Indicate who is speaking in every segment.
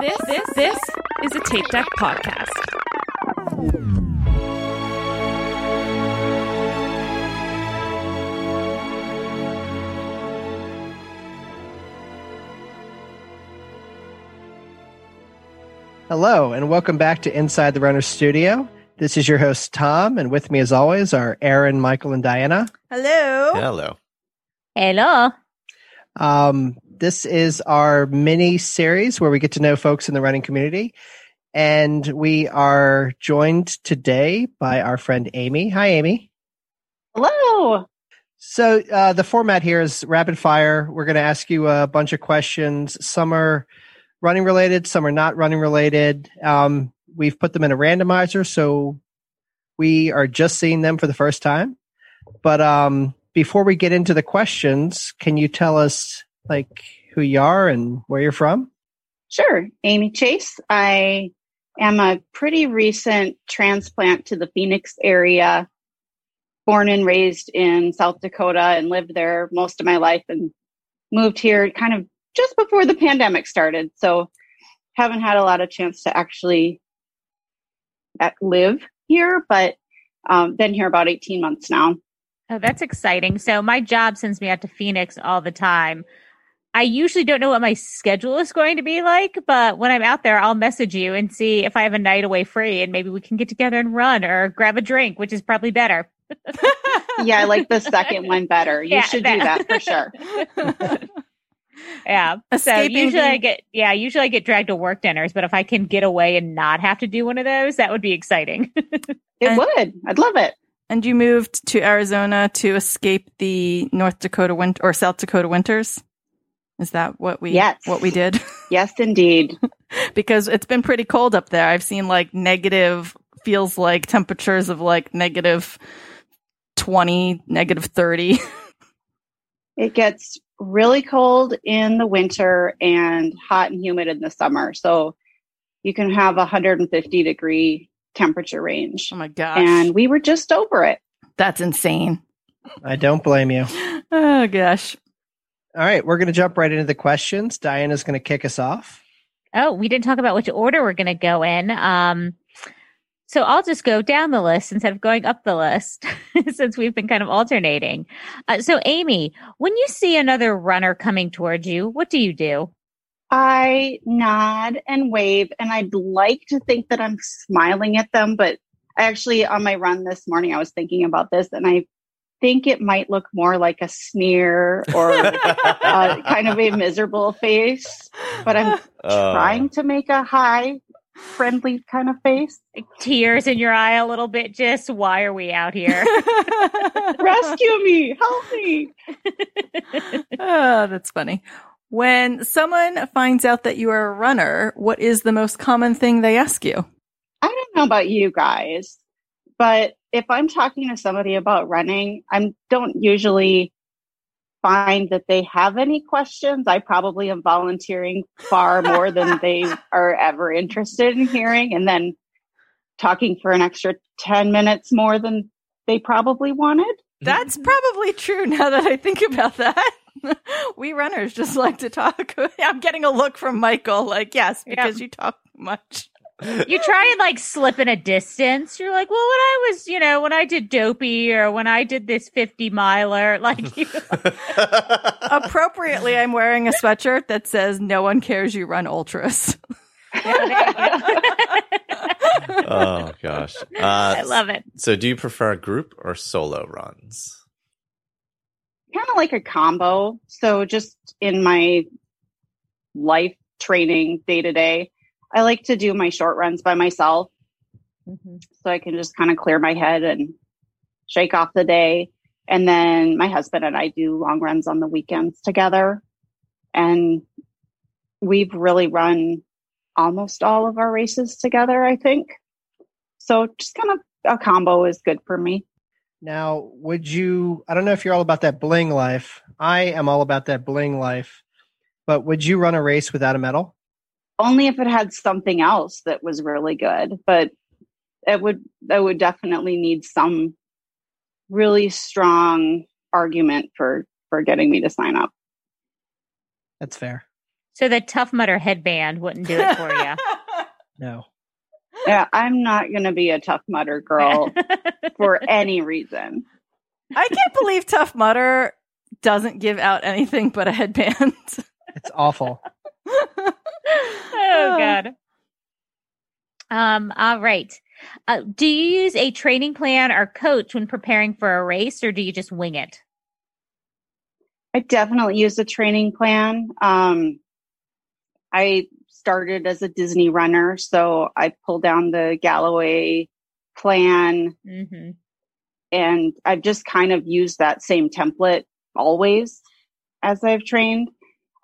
Speaker 1: This this this is a tape deck podcast.
Speaker 2: Hello, and welcome back to Inside the Runner Studio. This is your host, Tom, and with me, as always, are Aaron, Michael, and Diana.
Speaker 3: Hello.
Speaker 4: Oh,
Speaker 5: Hello.
Speaker 4: Hello.
Speaker 2: Um, this is our mini series where we get to know folks in the running community. And we are joined today by our friend Amy. Hi, Amy.
Speaker 4: Hello.
Speaker 2: So, uh, the format here is rapid fire. We're going to ask you a bunch of questions. Some are running related, some are not running related. Um, we've put them in a randomizer, so we are just seeing them for the first time. But um, before we get into the questions, can you tell us like who you are and where you're from?
Speaker 4: Sure. Amy Chase. I am a pretty recent transplant to the Phoenix area, born and raised in South Dakota and lived there most of my life and moved here kind of just before the pandemic started. So haven't had a lot of chance to actually at- live here, but um, been here about 18 months now.
Speaker 3: Oh, that's exciting. So my job sends me out to Phoenix all the time. I usually don't know what my schedule is going to be like, but when I'm out there, I'll message you and see if I have a night away free and maybe we can get together and run or grab a drink, which is probably better.
Speaker 4: Yeah, I like the second one better. You
Speaker 3: Yeah,
Speaker 4: should do
Speaker 3: that-
Speaker 4: that for sure.
Speaker 3: Yeah. so usually I the-
Speaker 1: get
Speaker 3: get yeah, usually I get dragged to work dinners, but if I can get away and not have to do one of those, that would be exciting.
Speaker 4: It
Speaker 6: And-
Speaker 4: would. I'd love it.
Speaker 6: And you moved to Arizona to escape the North Dakota winter or South Dakota winters. Is that what we
Speaker 4: Yes.
Speaker 6: what we did?
Speaker 4: Yes, indeed.
Speaker 6: because it's been pretty cold up there. I've seen like negative feels like temperatures of like negative 20, negative 30.
Speaker 4: It gets really cold in the winter and hot and humid in the summer. So you can have a 150 degree temperature range.
Speaker 6: Oh my gosh.
Speaker 4: And we were just over it.
Speaker 6: That's insane.
Speaker 2: I don't blame you.
Speaker 6: Oh gosh.
Speaker 2: All right, we're going to jump right into the questions. Diana's going to kick us off.
Speaker 3: Oh, we didn't talk about which order we're going to go in. Um, so I'll just go down the list instead of going up the list since we've been kind of alternating. Uh, so, Amy, when you see another runner coming towards you, what do you do?
Speaker 4: I nod and wave, and I'd like to think that I'm smiling at them, but I actually, on my run this morning, I was thinking about this, and I think it might look more like a sneer or uh, kind of a miserable face, but I'm
Speaker 5: Uh,
Speaker 4: trying to make a high, friendly kind of face.
Speaker 3: Like, tears in your eye a little bit, just why are we out here?
Speaker 4: Rescue me! Help me!
Speaker 6: oh, that's funny. When someone finds out that you are a runner, what is the most common thing they ask you?
Speaker 4: I don't know about you guys, but if I'm talking to somebody about running, I don't usually find that they have any questions. I probably am volunteering far more than they are ever interested in hearing, and then talking for an extra 10 minutes more than they probably wanted.
Speaker 6: That's probably true now that I think about that. we runners just like to talk. I'm getting a look from Michael, like, yes,
Speaker 3: Yeah.
Speaker 6: because you talk much.
Speaker 3: you try and like slip in a distance. You're like, well, when I was, you know, when I did dopey or when I did this 50 miler, like you.
Speaker 6: Appropriately, I'm wearing a sweatshirt that says, No one cares you run ultras.
Speaker 5: oh gosh. Uh,
Speaker 3: I love it.
Speaker 5: So, do you prefer group or solo runs?
Speaker 4: kind of like a combo. So just in my life training day to day, I like to do my short runs by myself so I can just kind of clear my head and shake off the day. And then my husband and I do long runs on the weekends together. And we've really run almost all of our races together, I think. So just kind of a combo is good for me.
Speaker 2: Now, would you? I don't know if you're all about that bling life. I am all about that bling life. But would you run a race without a medal?
Speaker 4: only if it had something else that was really good but it would it would definitely need some really strong argument for for getting me to sign up
Speaker 2: That's fair.
Speaker 3: So the Tough Mudder headband wouldn't do it for you.
Speaker 2: No.
Speaker 4: Yeah, I'm not going to be a tough mutter girl for any reason.
Speaker 6: I can't believe Tough Mudder doesn't give out anything but a headband.
Speaker 2: It's awful.
Speaker 6: oh
Speaker 3: oh god. Um. All right. Uh, do you use a training plan or coach when preparing for a race, or do you just wing it?
Speaker 4: I definitely use a training plan. Um, I started as a Disney runner, so I pulled down the Galloway plan
Speaker 3: Mm-hmm.
Speaker 4: and I've just kind of used that same template always as I've trained.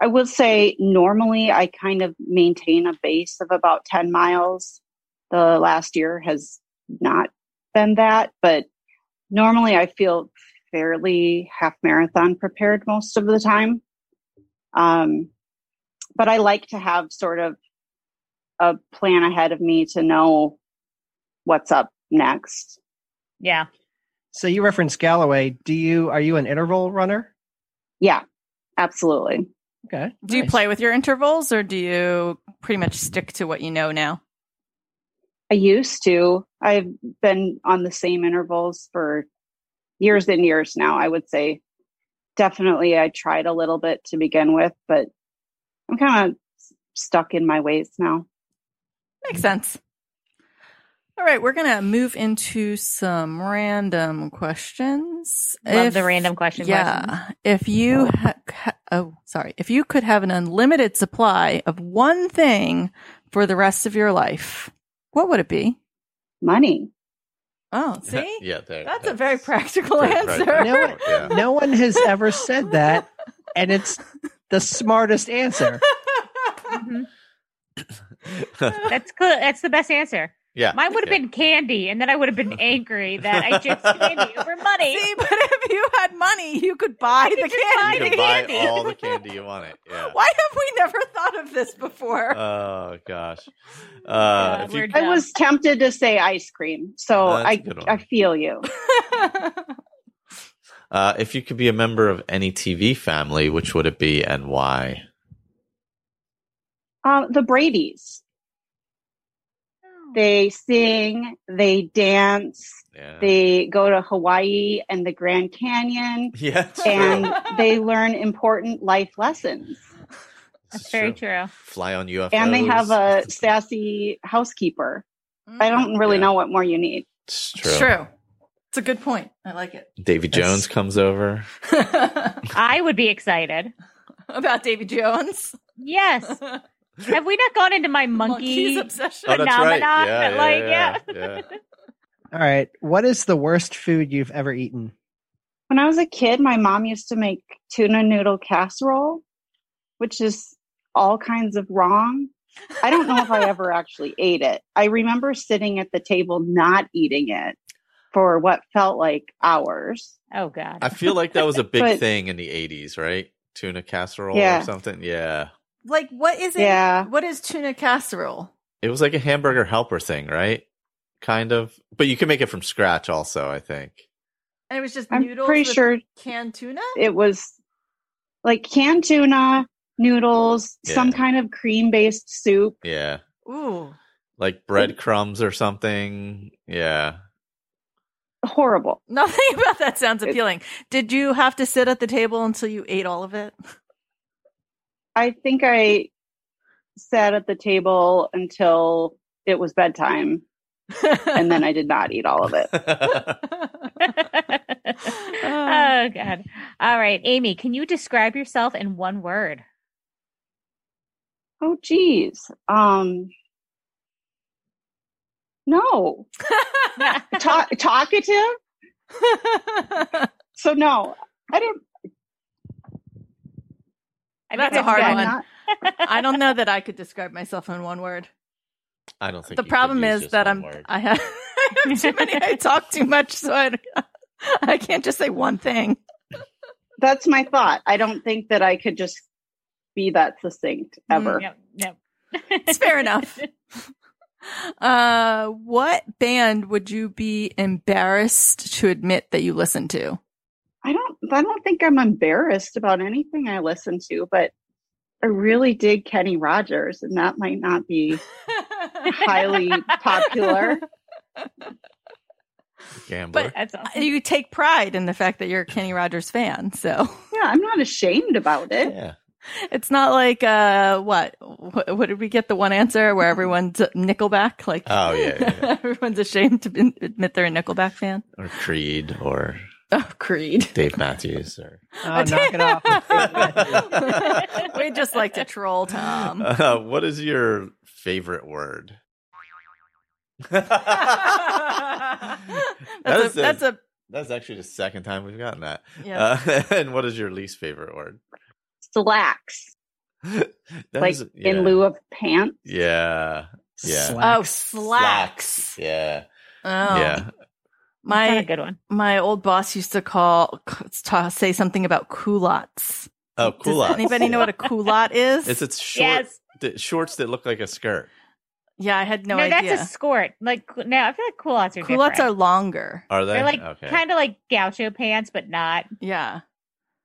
Speaker 4: I will say normally I kind of maintain a base of about 10 miles. The last year has not been that, but normally I feel fairly half marathon prepared most of the time. Um, but I like to have sort of a plan ahead of me to know what's up next.
Speaker 3: Yeah.
Speaker 2: So you reference Galloway. Do you are you an interval runner?
Speaker 4: Yeah, absolutely.
Speaker 2: Okay.
Speaker 6: Do you
Speaker 2: Nice.
Speaker 6: play with your intervals or do you pretty much stick to what you know now?
Speaker 4: I used to. I've been on the same intervals for years and years now, I would say. Definitely, I tried a little bit to begin with, but I'm kind of stuck in my ways now.
Speaker 6: Makes sense. All right, we're going to move into some random questions.
Speaker 3: Love
Speaker 6: If-
Speaker 3: the random question.
Speaker 6: Yeah.
Speaker 3: questions.
Speaker 6: If you ha- ha- oh, sorry. If you could have an unlimited supply of one thing for the rest of your life, what would it be?
Speaker 4: Money.
Speaker 6: Oh, see?
Speaker 5: yeah, there-
Speaker 6: That's a very practical
Speaker 5: pretty
Speaker 6: answer.
Speaker 5: practical.
Speaker 2: You know what?
Speaker 5: Yeah.
Speaker 2: No one has ever said that, and it's the smartest answer.
Speaker 3: Mhm. That's good. That's the best answer.
Speaker 5: yeah.
Speaker 3: Mine would have
Speaker 5: yeah.
Speaker 3: been candy, and then I would have been angry that I chose candy over money.
Speaker 6: See, but if you had money, you could buy
Speaker 3: You
Speaker 6: the
Speaker 3: could buy
Speaker 5: You
Speaker 6: candy.
Speaker 5: can buy all the candy you want. It. Yeah.
Speaker 6: Why have we never thought of this before?
Speaker 4: Uh,
Speaker 5: Oh gosh. Uh,
Speaker 3: God,
Speaker 5: if you
Speaker 3: we're
Speaker 4: I
Speaker 3: dumb.
Speaker 4: was tempted to say ice cream, so
Speaker 5: That's a
Speaker 4: I
Speaker 5: good one.
Speaker 4: I feel you.
Speaker 5: Uh, if you could be a member of any TV family, which would it be and why?
Speaker 4: Uh, the Brady's. They sing, they dance,
Speaker 5: Yeah.
Speaker 4: they go to Hawaii and the Grand Canyon,
Speaker 5: yeah. it's true.
Speaker 4: and they learn important life lessons.
Speaker 5: It's
Speaker 3: That's very
Speaker 5: true.
Speaker 3: true.
Speaker 5: Fly on UFOs.
Speaker 4: and they have a sassy housekeeper. I don't really
Speaker 5: Yeah.
Speaker 4: know what more you need.
Speaker 5: It's true.
Speaker 6: Hmm. It's true. It's a good point. I like it.
Speaker 5: Davy
Speaker 2: That's-
Speaker 5: Jones comes over.
Speaker 3: I would be excited.
Speaker 6: About Davy Jones.
Speaker 3: Yes. Have we not gone into my monkey?
Speaker 6: Monkey's obsession.
Speaker 5: Oh, that's right.
Speaker 3: Phenomenon,
Speaker 5: Yeah,
Speaker 3: but
Speaker 5: yeah,
Speaker 3: like,
Speaker 5: yeah, yeah.
Speaker 2: All right. What is the worst food you've ever eaten?
Speaker 4: When I was a kid, my mom used to make tuna noodle casserole, which is all kinds of wrong. I don't know if I ever actually ate it. I remember sitting at the table not eating it for what felt like hours.
Speaker 3: Oh God.
Speaker 5: I feel like that was a big
Speaker 4: But-
Speaker 5: thing in the '80s, right? Tuna casserole
Speaker 4: Yeah.
Speaker 5: or something. Yeah,
Speaker 6: Like, what is it?
Speaker 4: Yeah.
Speaker 6: What is tuna casserole?
Speaker 5: it was like a hamburger helper thing, right? Kind of, but you can make it from scratch. Also, I think.
Speaker 6: And it was just
Speaker 4: I'm
Speaker 6: noodles.
Speaker 4: pretty
Speaker 6: with
Speaker 4: sure
Speaker 6: canned tuna.
Speaker 4: it was like canned tuna, noodles, some
Speaker 5: Yeah.
Speaker 4: kind of cream based soup.
Speaker 5: Yeah,
Speaker 6: Ooh,
Speaker 5: like
Speaker 6: Mm.
Speaker 5: breadcrumbs or something. Yeah.
Speaker 4: Horrible.
Speaker 6: nothing about that sounds
Speaker 4: It-
Speaker 6: appealing. Did you have to sit at the table until you ate all of it?
Speaker 4: I think I sat at the table until it was bedtime, and then I did not eat all of it.
Speaker 3: oh God. All right, Amy, can you describe yourself in one word?
Speaker 4: Oh, geez. Um, no, Ta- talkative. So no, I don't.
Speaker 3: I think
Speaker 6: That's a hard
Speaker 4: I'm
Speaker 6: one.
Speaker 4: not-
Speaker 6: I don't know that I could describe myself in one word.
Speaker 5: I don't think
Speaker 6: the
Speaker 5: you could
Speaker 6: problem
Speaker 5: use
Speaker 6: is
Speaker 5: just
Speaker 6: that
Speaker 5: one
Speaker 6: I'm
Speaker 5: word.
Speaker 6: I have, I have too many. I talk too much, so I, don't- I can't just say one thing.
Speaker 4: That's my thought. I don't think that I could just be that succinct
Speaker 6: Mm,
Speaker 4: ever.
Speaker 3: Yep, yep.
Speaker 6: It's fair enough. Uh, what band would you be embarrassed to admit that you listen to?
Speaker 4: I don't. I don't think I'm embarrassed about anything I listen to, but I really dig Kenny Rogers, and that might not be highly popular.
Speaker 5: Gambler.
Speaker 6: But-
Speaker 3: That's awesome.
Speaker 6: You take pride in the fact that you're a Kenny Rogers fan, so
Speaker 4: Yeah, I'm not ashamed about it.
Speaker 5: yeah.
Speaker 6: it's not like uh, what what, what did we get the one answer where everyone's Nickelback like
Speaker 5: Oh, yeah, yeah, yeah.
Speaker 6: everyone's ashamed to be- admit they're a Nickelback fan.
Speaker 5: Or Creed or
Speaker 6: Oh, Creed.
Speaker 5: Dave Matthews or
Speaker 2: Oh, knock it off.
Speaker 6: we just like to troll Tom.
Speaker 5: Uh, what is your favorite word?
Speaker 6: that's,
Speaker 5: That is
Speaker 6: a, that's a oh,
Speaker 5: That's actually the second time we've gotten that.
Speaker 6: yeah.
Speaker 5: Uh, and what is your least favorite word?
Speaker 4: Slacks,
Speaker 5: That
Speaker 4: like
Speaker 5: is-
Speaker 4: in lieu of pants.
Speaker 5: Yeah. Yeah.
Speaker 6: oh
Speaker 2: Slacks.
Speaker 6: slacks.
Speaker 5: Yeah.
Speaker 6: Oh,
Speaker 5: Yeah.
Speaker 3: That's not a
Speaker 6: My
Speaker 3: good one.
Speaker 6: my old boss used to call c- ta- say something about culottes.
Speaker 5: Oh, culottes.
Speaker 6: Does anybody know what a culotte is?
Speaker 5: It's it's short
Speaker 3: yes.
Speaker 5: th- shorts that look like a skirt.
Speaker 6: yeah, I had no,
Speaker 3: No,
Speaker 6: idea.
Speaker 3: that's a skirt. Like no, I feel like culottes are
Speaker 6: culottes are
Speaker 3: different.
Speaker 6: longer.
Speaker 5: Are they?
Speaker 3: They're like
Speaker 5: okay.
Speaker 3: kind of like gaucho pants, but not.
Speaker 6: Yeah.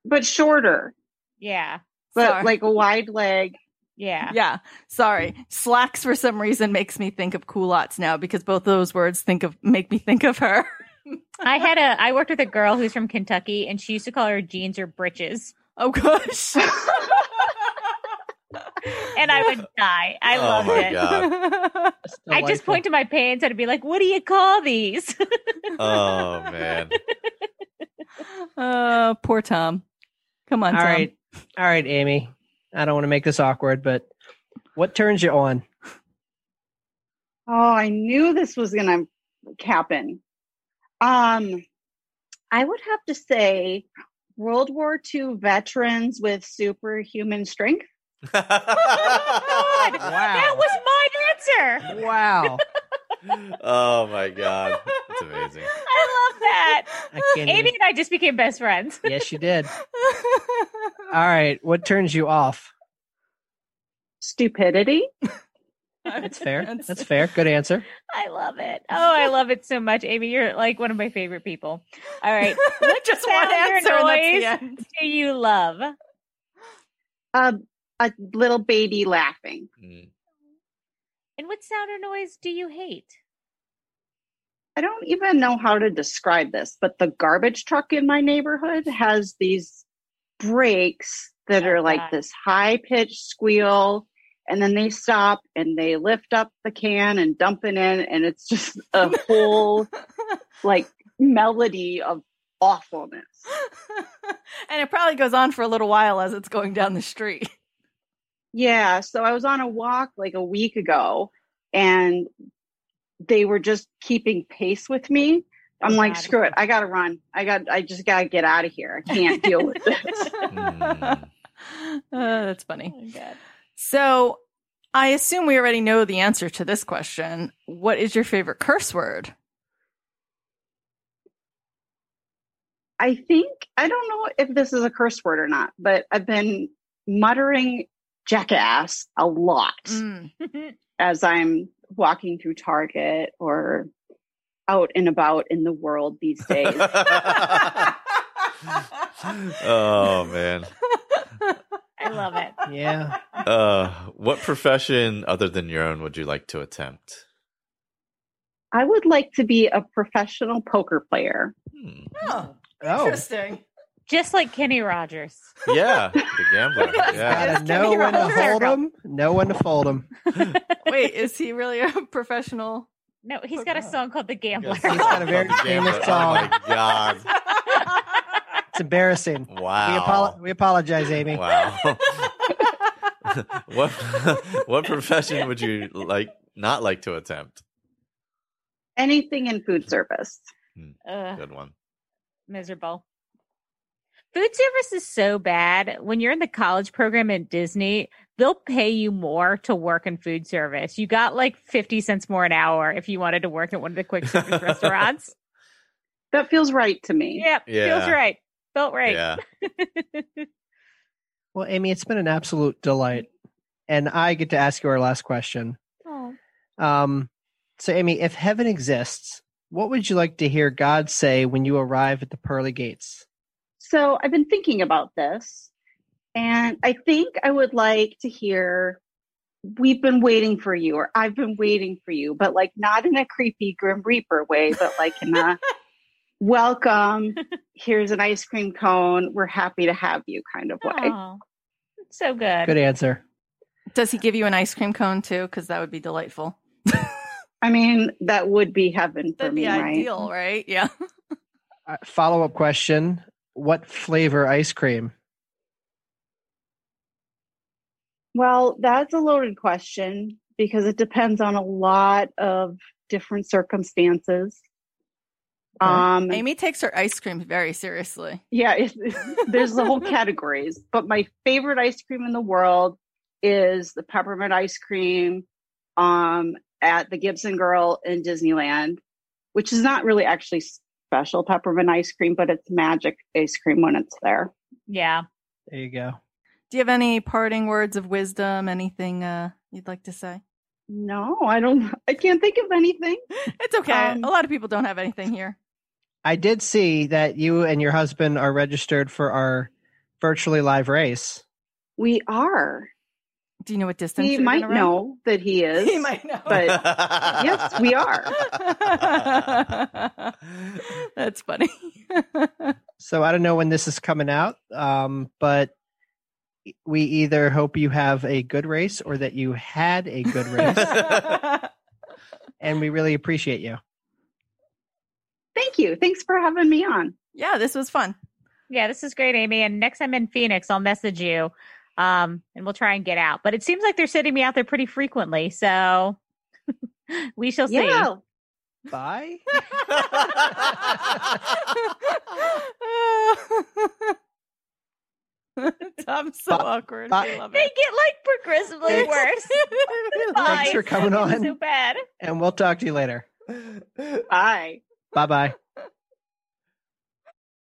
Speaker 4: but shorter,
Speaker 3: Yeah,
Speaker 4: but
Speaker 6: Sorry.
Speaker 4: like a wide leg.
Speaker 3: yeah.
Speaker 6: yeah. Sorry. Slacks for some reason makes me think of culottes now because both those words think of make me think of her.
Speaker 3: I had a. I worked with a girl who's from Kentucky, and she used to call her jeans or britches,
Speaker 6: Oh gosh.
Speaker 4: Oh,
Speaker 3: and I would die. I
Speaker 5: Oh
Speaker 3: loved
Speaker 5: my
Speaker 3: it.
Speaker 5: God.
Speaker 3: I just point to my pants and I'd be like, "What do you call these?"
Speaker 5: oh man.
Speaker 6: Uh, poor Tom. Come on,
Speaker 2: All
Speaker 6: Tom.
Speaker 2: right. All right, Amy. I don't want to make this awkward, but what turns you on?
Speaker 4: Oh, I knew this was gonna happen. Um, I would have to say World War II veterans with superhuman strength.
Speaker 3: Oh, God, that was my answer.
Speaker 2: Wow.
Speaker 5: oh my god. It's amazing.
Speaker 3: I love that.
Speaker 2: I can't
Speaker 3: Amy
Speaker 2: even-
Speaker 3: and I just became best friends.
Speaker 2: Yes, you did. All right. What turns you off?
Speaker 4: Stupidity.
Speaker 2: That's fair. That's fair. Good answer.
Speaker 3: I love it. Oh, I love it so much, Amy. You're like one of my favorite people. All right, what
Speaker 6: Just one
Speaker 3: sound or
Speaker 6: answer. and that's the
Speaker 3: noise
Speaker 6: end.
Speaker 3: do you love?
Speaker 4: A a little baby laughing.
Speaker 5: Mm.
Speaker 3: And what sound or noise do you hate?
Speaker 4: I don't even know how to describe this, but the garbage truck in my neighborhood has these brakes that are
Speaker 3: Oh,
Speaker 4: like
Speaker 3: God.
Speaker 4: this high pitched squeal. And then they stop and they lift up the can and dump it in. And it's just a whole like melody of awfulness.
Speaker 6: and it probably goes on for a little while as it's going down the street.
Speaker 4: Yeah. So I was on a walk like a week ago and they were just keeping pace with me. I'm
Speaker 3: Oh,
Speaker 4: like,
Speaker 3: God.
Speaker 4: screw it. I got to run. I got, I just got to get out of here. I can't deal with this.
Speaker 5: Hmm.
Speaker 6: Uh,
Speaker 5: Mm.
Speaker 6: that's funny.
Speaker 3: Oh, God.
Speaker 6: So I assume we already know the answer to this question. What is your favorite curse word?
Speaker 4: I think I don't know if this is a curse word or not, but I've been muttering jackass a lot
Speaker 6: Mm.
Speaker 4: as I'm walking through Target or out and about in the world these days.
Speaker 2: Uh,
Speaker 5: oh man.
Speaker 3: I love it.
Speaker 2: Yeah.
Speaker 5: Uh, what profession other than your own would you like to attempt?
Speaker 4: I would like to be a professional poker player.
Speaker 5: Hmm.
Speaker 6: Oh,
Speaker 2: Oh.
Speaker 6: interesting.
Speaker 3: Just like Kenny Rogers.
Speaker 5: Yeah, the gambler.
Speaker 6: Yes,
Speaker 5: Yeah.
Speaker 2: Gotta
Speaker 6: Just
Speaker 2: know
Speaker 6: kidding,
Speaker 2: when to
Speaker 6: Roger.
Speaker 2: hold 'em, know when to fold 'em.
Speaker 6: Wait, is he really a professional?
Speaker 3: No, he's got a
Speaker 5: God.
Speaker 3: song called "The Gambler."
Speaker 5: He's
Speaker 2: got a very famous
Speaker 5: Oh my god!
Speaker 2: It's embarrassing. We,
Speaker 5: Wow.
Speaker 2: apo- we apologize, Amy.
Speaker 5: Wow. what what profession would you like not like to attempt?
Speaker 4: Anything in food service.
Speaker 3: Ugh,
Speaker 5: Good one.
Speaker 3: miserable. Food service is so bad. When you're in the college program at Disney, they'll pay you more to work in food service. You got like 50 cents more an hour if you wanted to work at one of the quick service restaurants.
Speaker 4: That feels right to me.
Speaker 3: Yep. Feels
Speaker 5: Yeah.
Speaker 3: right. Felt right.
Speaker 5: Yeah.
Speaker 2: Well, Amy, it's been an absolute delight. And I get to ask you our last question.
Speaker 3: Oh.
Speaker 2: Um, so, Amy, if heaven exists, what would you like to hear God say when you arrive at the pearly gates?
Speaker 4: So I've been thinking about this, And I think I would like to hear we've been waiting for you or I've been waiting for you, but like not in a creepy grim reaper way, but like in a welcome, here's an ice cream cone, we're happy to have you kind of way.
Speaker 3: Aw, that's so good.
Speaker 2: Good answer.
Speaker 6: Does he give you an ice cream cone too? Because that would be delightful.
Speaker 4: I mean, that would be heaven for
Speaker 6: That'd
Speaker 4: me,
Speaker 6: be
Speaker 4: right?
Speaker 6: ideal, right? Yeah.
Speaker 2: Follow up Uh, question: What flavor ice cream?
Speaker 4: Well, that's a loaded question because it depends on a lot of different circumstances.
Speaker 2: Okay.
Speaker 4: Um,
Speaker 6: Amy takes her ice cream very seriously.
Speaker 4: Yeah, it's, it's- there's the whole categories. But my favorite ice cream in the world is the peppermint ice cream um, at the Gibson Girl in Disneyland, which is not really actually special peppermint ice cream, but it's magic ice cream when it's there.
Speaker 3: Yeah.
Speaker 2: There you go.
Speaker 6: Do you have any parting words of wisdom? Anything uh, you'd like to say?
Speaker 4: No, I don't. I can't think of anything.
Speaker 6: It's okay.
Speaker 4: Um,
Speaker 6: a lot of people don't have anything here.
Speaker 2: I did see that you and your husband are registered for our virtually live race.
Speaker 4: We are.
Speaker 6: Do you know what distance?
Speaker 4: He
Speaker 6: you're
Speaker 4: might
Speaker 6: gonna run?
Speaker 4: know that he is.
Speaker 6: He might know.
Speaker 4: But- yes, we are.
Speaker 6: That's funny.
Speaker 2: So I don't know when this is coming out, um, but we either hope you have a good race or that you had a good race, and we really appreciate you.
Speaker 4: Thank you. Thanks for having me on.
Speaker 6: yeah, this was fun.
Speaker 3: Yeah, this is great, Amy. And next time in Phoenix, I'll message you um, and we'll try and get out. But it seems like they're sending me out there pretty frequently. So we shall see.
Speaker 4: yeah.
Speaker 2: Bye.
Speaker 6: Tom's so
Speaker 2: Bye.
Speaker 6: awkward.
Speaker 2: Bye.
Speaker 6: I love
Speaker 3: They
Speaker 6: it.
Speaker 3: get like progressively
Speaker 2: Thanks.
Speaker 3: worse.
Speaker 2: Thanks for
Speaker 3: Lies.
Speaker 2: coming
Speaker 3: It's
Speaker 2: on.
Speaker 3: So bad.
Speaker 2: And we'll talk to you later.
Speaker 4: Bye.
Speaker 2: Bye bye.